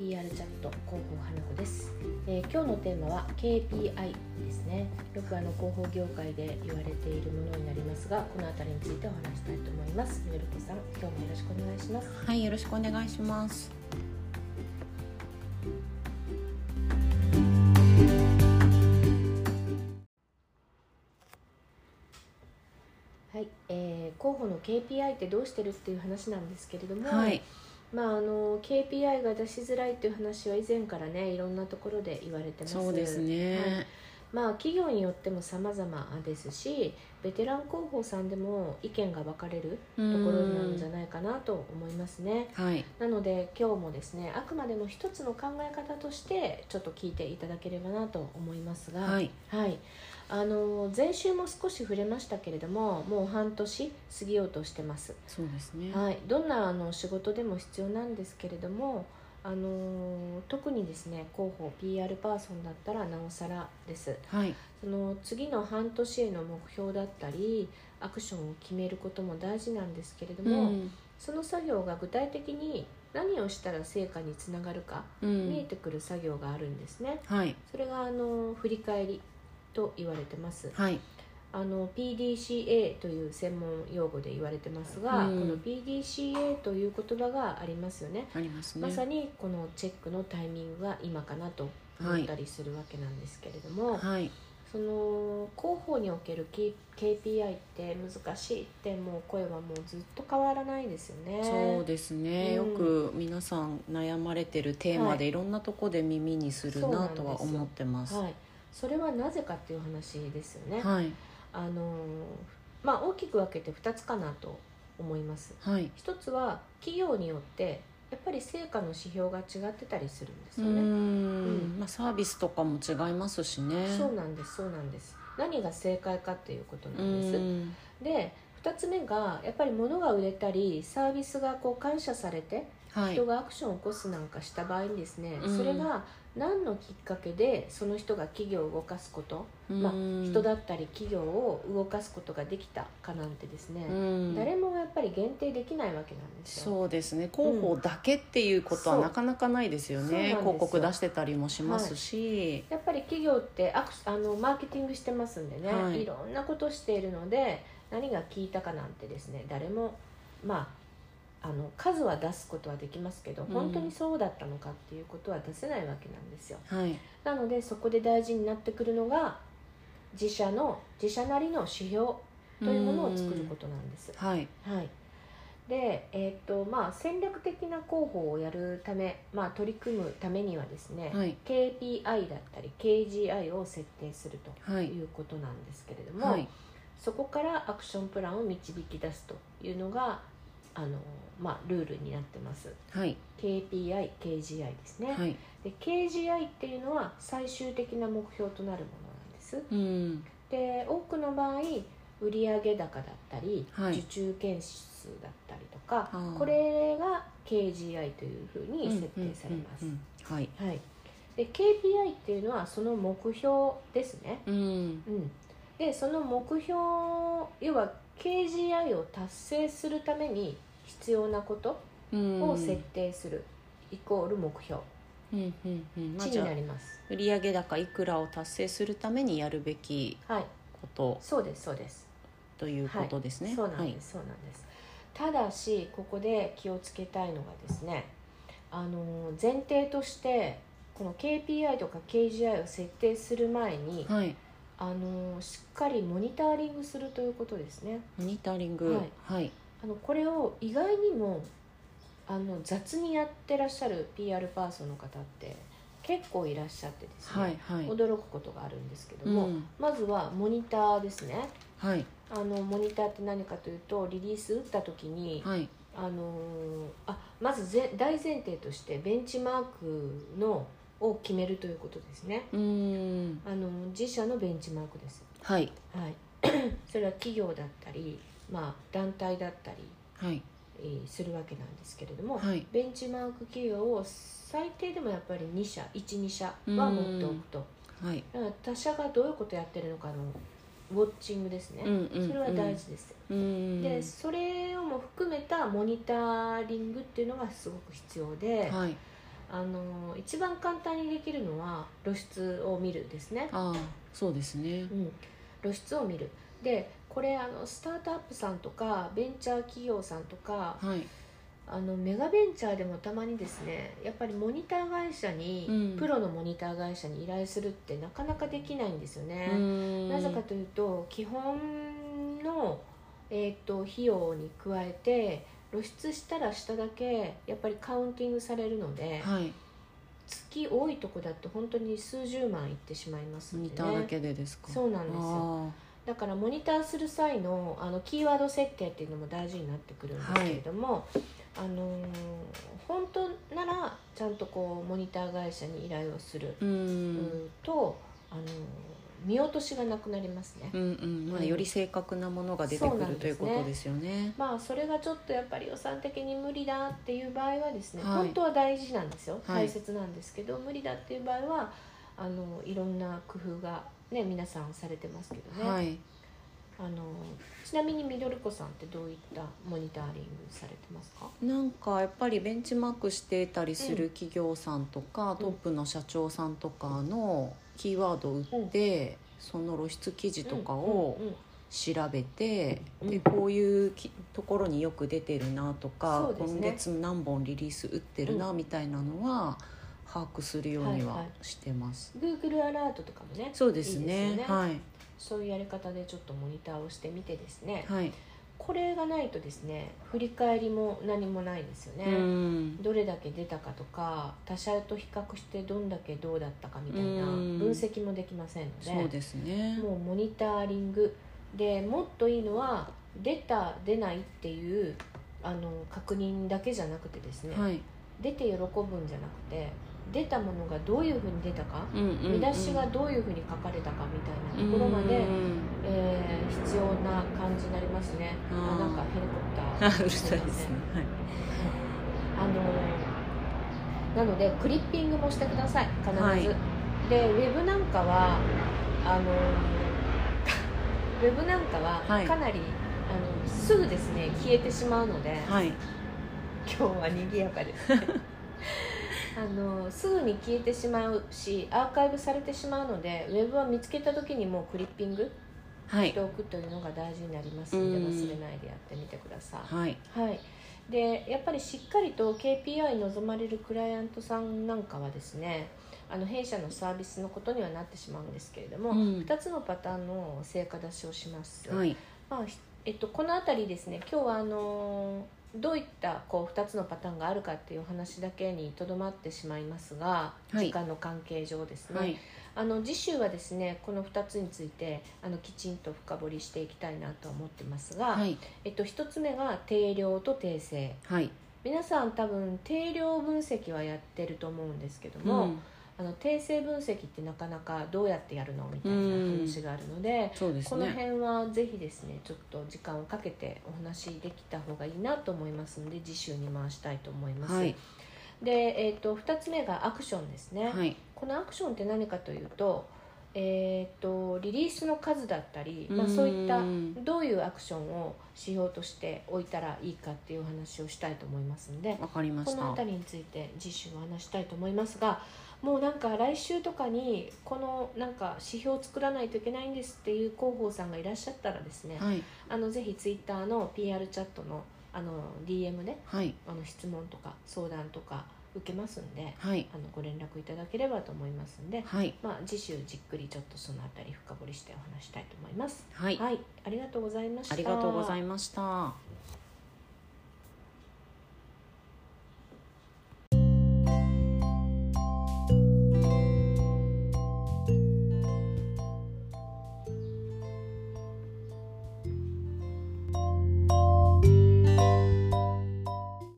ト広報花子です、えー、今日のテーマは KPI ですねよくあの広報業界で言われているものになりますがこのあたりについてお話したいと思いますのるこさん今日もよろしくお願いしますはいよろしくお願いしますはい、えー、候補の KPI ってどうしてるっていう話なんですけれども、はいまあ、あの KPI が出しづらいという話は以前からねいろんなところで言われてますそうですね、はい、まあ、企業によっても様々ですしベテラン広報さんでも意見が分かれるところなんじゃないかなと思いますね、はい、なので今日もですねあくまでも一つの考え方としてちょっと聞いていただければなと思いますが、はい、はい、あの前週も少し触れましたけれどももう半年過ぎようとしてますそうですね、はい、どんなあの仕事でも必要なんですけれどもあの特にですね広報 PR パーソンだったらなおさらです、はい、その次の半年への目標だったりアクションを決めることも大事なんですけれども、うん、その作業が具体的に何をしたら成果につながるか、うん、見えてくる作業があるんですね、はい、それがあの振り返りと言われてます、はいあの PDCA という専門用語で言われてますが、うん、この PDCA という言葉がありますよねありますねまさにこのチェックのタイミングが今かなと思ったりするわけなんですけれども、はい、その広報における K KPI って難しいってもう声はもうずっと変わらないですよねそうですね、うん、よく皆さん悩まれてるテーマで、はい、いろんなとこで耳にするなとは思ってますはい、それはなぜかっていう話ですよねはいあのまあ、大きく分けて2つかなと思います、はい、 1つは企業によってやっぱり成果の指標が違ってたりするんですよねうん、まあ、サービスとかも違いますしねそうなんですそうなんです何が正解かっていうことなんですで2つ目がやっぱり物が売れたりサービスがこう感謝されて人がアクションを起こすなんかした場合にですね、はい、それが何のきっかけでその人が企業を動かすこと、まあ、人だったり企業を動かすことができたかなんてですね、誰もやっぱり限定できないわけなんですよそうですね広報だけっていうことはなかなかないですよね、うん、広告出してたりもしますし、はい、やっぱり企業ってアクあのマーケティングしてますんでね、はい、いろんなことしているので何が効いたかなんてですね誰もまああの数は出すことはできますけど、うん、本当にそうだったのかっていうことは出せないわけなんですよ、はい、なのでそこで大事になってくるのが自社の自社なりの指標というものを作ることなんです、はい、はい、で、えーとまあ、戦略的な広報をやるため、まあ、取り組むためにはですね、はい、 KPI だったり KGI を設定するということなんですけれども、そこからアクションプランを導き出すというのがあの、まあ、ルールになってます、はい、 KPI、KGI ですね、はい、で KGI っていうのは最終的な目標となるものなんです、うん、で多くの場合売上高だったり、はい、受注件数だったりとかこれが KGI というふうに設定されますはい、はい、で KPI っていうのはその目標ですね、、うん、うんでその目標要は KGI を達成するために必要なことを設定する、イコール目標、うんうんうんまあ、になります売上高いくらを達成するためにやるべきこと、はい、そうですそうです、ということですね、はいそうなんです、はい、そうなんですただしここで気をつけたいのがですねあの前提としてこの KPI とか KGI を設定する前に、はい、あのしっかりモニタリングするということですねモニタリングはい、あのこれを意外にもあの雑にやってらっしゃる PR パーソンの方って結構いらっしゃってですね、はいはい、驚くことがあるんですけども、うん、まずはモニターですね、はい、あのモニターって何かというとリリース打った時に、はい、あのー、あまずぜ大前提としてベンチマークのを決めるということですねあの自社のベンチマークです、はい、はい、 それは企業だったりまあ、団体だったり、はいえー、するわけなんですけれども、はい、ベンチマーク企業を最低でもやっぱり2社12社は持っておくと、はい、だから他社がどういうことやってるのかのウォッチングですね、うんうんうん、それは大事です、うんうん、でそれをも含めたモニタリングっていうのがすごく必要で、はい、あの一番簡単にできるのは露出を見るですね、ああそうですねうん、露出を見るでこれあのスタートアップさんとかベンチャー企業さんとかはいあのメガベンチャーでもたまにですねやっぱりモニター会社に、うんプロのモニター会社に依頼するってなかなかできないんですよね、ななぜかというと基本の、えー、と費用に加えて露出したらしただけやっぱりカウンティングされるのではい月多いとこだと本当に数十万いってしまいますモんニで、タねーだけでですかそうなんですよあだからモニターする際のあのキーワード設定っていうのも大事になってくるんですけれども、あのー本当ならちゃんとこうモニター会社に依頼をするーううんと、あのー見落としがなくなりますね。うんうんまあ、より正確なものが出てそうくなんるですねということですよね。まあそれがちょっとやっぱり予算的に無理だっていう場合はですね、はい本当は大事なんですよはい大切なんですけど、無理だっていう場合はあのいろんな工夫が、ね、皆さんされてますけどね、はい、あのちなみにみどりこさんってどういったモニタリングされてますかなんかやっぱりベンチマークしてたりする企業さんとか、トップの社長さんとかのキーワードを打って、その露出記事とかをうんうんうん調べて、うんでこういうきところによく出てるなとか、そうです今ね月何本リリース打ってるなみたいなのは把握するようにはいははしてます。 Google アラートとかもねそうですいねいですよねはい、そういうやり方でちょっとモニターをしてみてですねはい、これがないとですね振り返りも何もないですよね、うんどれだけ出たかとか他社と比較してどんだけどうだったかみたいなうん分析もできませんのでそうですね。もうモニタリングでもっといいのは出た出ないっていうあの確認だけじゃなくてですね、はい、出て喜ぶんじゃなくて出たものがどういうふうに出たか、うんうんうん見出しがどういうふうに書かれたかみたいなところまで、うんえー必要な感じになりますねああーなんかヘリコプタあー うるさいですね。はい。あのなのでクリッピングもしてください必ず、はいでウェブなんかはあの ウェブなんかははいかなり、あのすぐですね消えてしまうので、はい。今日は賑やかです ねあのすぐに消えてしまうしアーカイブされてしまうのでウェブは見つけた時にもうクリッピングはいして。おくというのが大事になりますのでうん忘れないでやってみてください。はい。はい、でやっぱりしっかりと KPI 望まれるクライアントさんなんかはですねあの弊社のサービスのことにはなってしまうんですけれども、うん2つのパターンの成果出しをします、はい。まあひえっと、この辺りですね今日はあのーどういったこう2つのパターンがあるかっていうお話だけにとどまってしまいますが、はい時間の関係上ですね、はい。あの次週はですねこの2つについてあのきちんと深掘りしていきたいなと思ってますが、はい。えっと、1つ目が定量と訂正はい。皆さん多分定量分析はやってると思うんですけども、うん。あの定性分析ってなかなかどうやってやるのみたいな話があるので、そうですこのね。辺はぜひですねちょっと時間をかけてお話できた方がいいなと思いますので次週に回したいと思います、はい。で、えっと2つ目がアクションですね、はい。このアクションって何かというと,、えっとリリースの数だったり、まあ、んそういったどういうアクションを指標として置いたらいいかっていうお話をしたいと思いますのでわかりまこしのた。辺りについて次週お話したいと思いますがもうなんか来週とかにこのなんか指標を作らないといけないんですっていう広報さんがいらっしゃったらですねはい。あのぜひツイッターの PR チャットのあの DM ねはい。あの質問とか相談とか受けますんではい。あのご連絡いただければと思いますんで、はい。まあ、次週じっくりちょっとその辺り深掘りしてお話したいと思います。はい。はい、ありがとうございました。ありがとうございました。